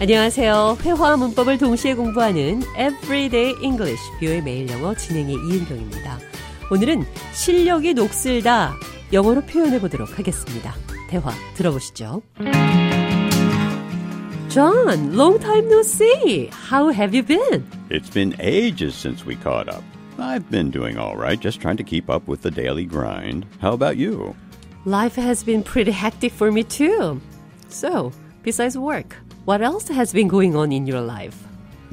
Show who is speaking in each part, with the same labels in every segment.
Speaker 1: 안녕하세요. 회화와 문법을 동시에 공부하는 Everyday English 뷰의 매일 영어 진행의 이은경입니다. 오늘은 실력이 녹슬다 영어로 표현해 보도록 하겠습니다. 대화 들어보시죠. John, long time no see. How have you been?
Speaker 2: It's been ages since we caught up. I've been doing all right, just trying to keep up with the daily grind. How about you?
Speaker 1: Life has been pretty hectic for me too. So, besides work, what else has been going on in your life?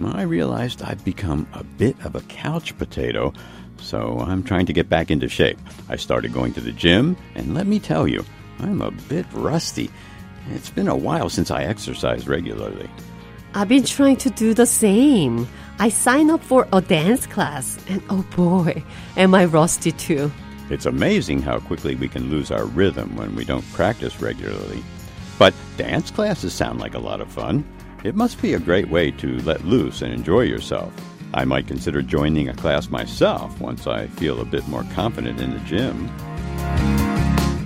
Speaker 2: I realized I've become a bit of a couch potato, so I'm trying to get back into shape. I started going to the gym, and let me tell you, I'm a bit rusty. It's been a while since I exercised regularly.
Speaker 1: I've been trying to do the same. I signed up for a dance class, and oh boy, am I rusty too.
Speaker 2: It's amazing how quickly we can lose our rhythm when we don't practice regularly. But dance classes sound like a lot of fun. It must be a great way to let loose and enjoy yourself. I might consider joining a class myself once I feel a bit more confident in the gym.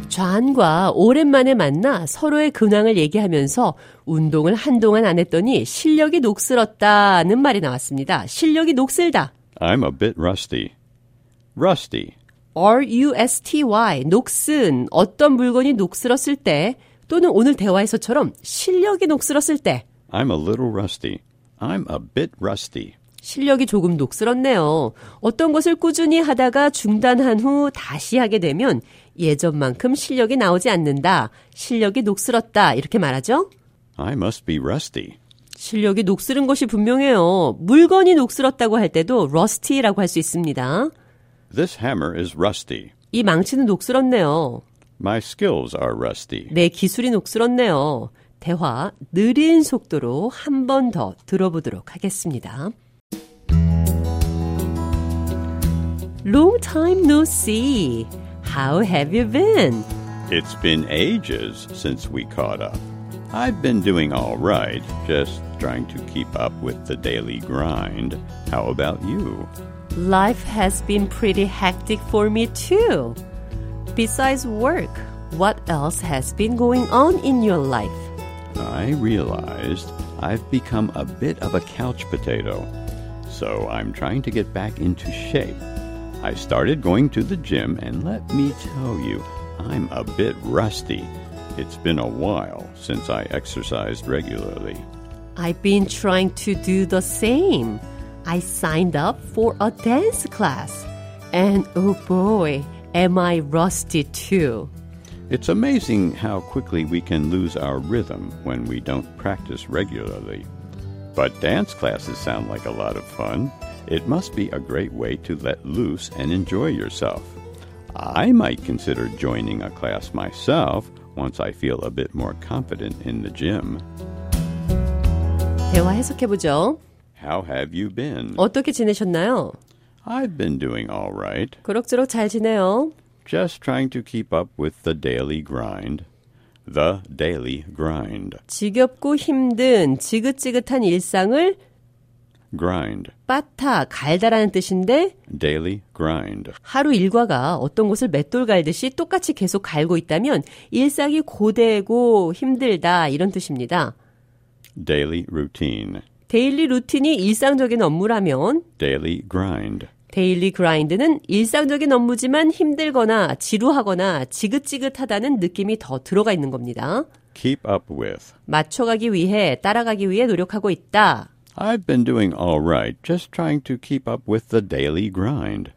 Speaker 1: 좌안과 오랜만에 만나 서로의 근황을 얘기하면서 운동을 한동안 안 했더니 실력이 녹슬었다는 말이 나왔습니다. 실력이 녹슬다.
Speaker 2: I'm a bit rusty. Rusty.
Speaker 1: R-U-S-T-Y, 녹슨, 어떤 물건이 녹슬었을 때 또는 오늘 대화에서처럼 실력이 녹슬었을 때
Speaker 2: I'm a little rusty. I'm a bit rusty.
Speaker 1: 실력이 조금 녹슬었네요. 어떤 것을 꾸준히 하다가 중단한 후 다시 하게 되면 예전만큼 실력이 나오지 않는다. 실력이 녹슬었다. 이렇게 말하죠?
Speaker 2: I must be rusty.
Speaker 1: 실력이 녹슬은 것이 분명해요. 물건이 녹슬었다고 할 때도 rusty라고 할 수 있습니다.
Speaker 2: This hammer is rusty.
Speaker 1: 이 망치는 녹슬었네요.
Speaker 2: My skills are rusty.
Speaker 1: 내 기술이 녹슬었네요. 대화 느린 속도로 한 번 더 들어보도록 하겠습니다. Long time no see. How have you been?
Speaker 2: It's been ages since we caught up. I've been doing all right, just trying to keep up with the daily grind. How about you?
Speaker 1: Life has been pretty hectic for me too. Besides work, what else has been going on in your life?
Speaker 2: I realized I've become a bit of a couch potato, so I'm trying to get back into shape. I started going to the gym, and let me tell you, I'm a bit rusty. It's been a while since I exercised regularly.
Speaker 1: I've been trying to do the same. I signed up for a dance class. And oh boy, am I rusty too.
Speaker 2: It's amazing how quickly we can lose our rhythm when we don't practice regularly. But dance classes sound like a lot of fun. It must be a great way to let loose and enjoy yourself. I might consider joining a class myself once I feel a bit more confident in the gym.
Speaker 1: 대화 해석해보죠.
Speaker 2: How have you been?
Speaker 1: 어떻게 지내셨나요?
Speaker 2: I've been doing all right.
Speaker 1: 그럭저럭 잘 지내요.
Speaker 2: Just trying to keep up with the daily grind. The daily grind.
Speaker 1: 지겹고 힘든 지긋지긋한 일상을
Speaker 2: Grind.
Speaker 1: 빠타, 갈다라는 뜻인데
Speaker 2: Daily grind.
Speaker 1: 하루 일과가 어떤 곳을 맷돌 갈듯이 똑같이 계속 갈고 있다면 일상이 고되고 힘들다 이런 뜻입니다.
Speaker 2: Daily routine.
Speaker 1: 데일리 루틴이 일상적인 업무라면
Speaker 2: Daily grind.
Speaker 1: 데일리 그라인드는 일상적인 업무지만 힘들거나 지루하거나 지긋지긋하다는 느낌이 더 들어가 있는 겁니다.
Speaker 2: Keep up with.
Speaker 1: 맞춰가기 위해 따라가기 위해 노력하고 있다.
Speaker 2: I've been doing all right, just trying to keep up with the daily grind.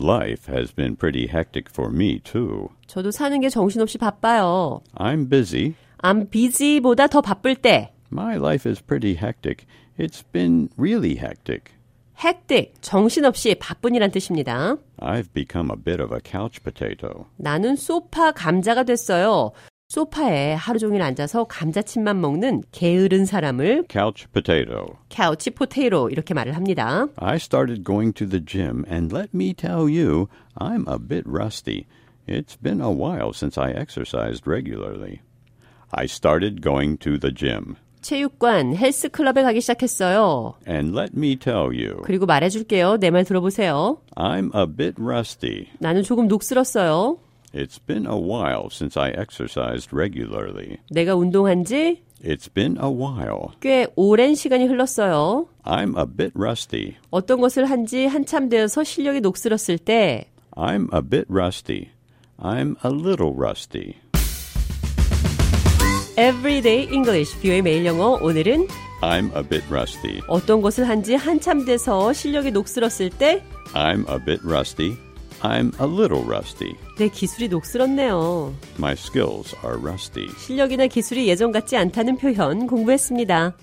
Speaker 2: Life has been pretty hectic for me, too.
Speaker 1: 저도 사는 게 정신없이 바빠요.
Speaker 2: I'm busy.
Speaker 1: I'm busy보다 더 바쁠 때
Speaker 2: My life is pretty hectic. It's been really hectic.
Speaker 1: hectic, 정신없이 바쁜이란 뜻입니다.
Speaker 2: I've become a bit of a couch potato.
Speaker 1: 나는 소파 감자가 됐어요. 소파에 하루 종일 앉아서 감자칩만 먹는 게으른 사람을
Speaker 2: Couch potato.
Speaker 1: couch potato 이렇게 말을 합니다.
Speaker 2: I started going to the gym, and let me tell you, I'm a bit rusty. It's been a while since I exercised regularly. I started going to the gym,
Speaker 1: 체육관 헬스클럽에 가기 시작했어요.
Speaker 2: and let me tell you,
Speaker 1: 그리고 말해줄게요. 내 말 들어보세요.
Speaker 2: I'm a bit rusty.
Speaker 1: 나는 조금 녹슬었어요.
Speaker 2: It's been a while since I exercised regularly.
Speaker 1: 내가 운동한 지 꽤
Speaker 2: It's been a while.
Speaker 1: 오랜 시간이 흘렀어요.
Speaker 2: I'm a bit rusty.
Speaker 1: 어떤 것을 한지 한참 되어서 실력이 녹슬었을 때
Speaker 2: I'm a bit rusty. I'm a little rusty.
Speaker 1: Everyday English 뷰의 매일 영어 오늘은
Speaker 2: I'm a bit rusty.
Speaker 1: 어떤 것을 한지 한참 돼서 실력이 녹슬었을 때 내
Speaker 2: I'm a bit rusty. I'm a little rusty.
Speaker 1: 기술이 녹슬었네요.
Speaker 2: My skills are rusty.
Speaker 1: 실력이나 기술이 예전 같지 않다는 표현 공부했습니다.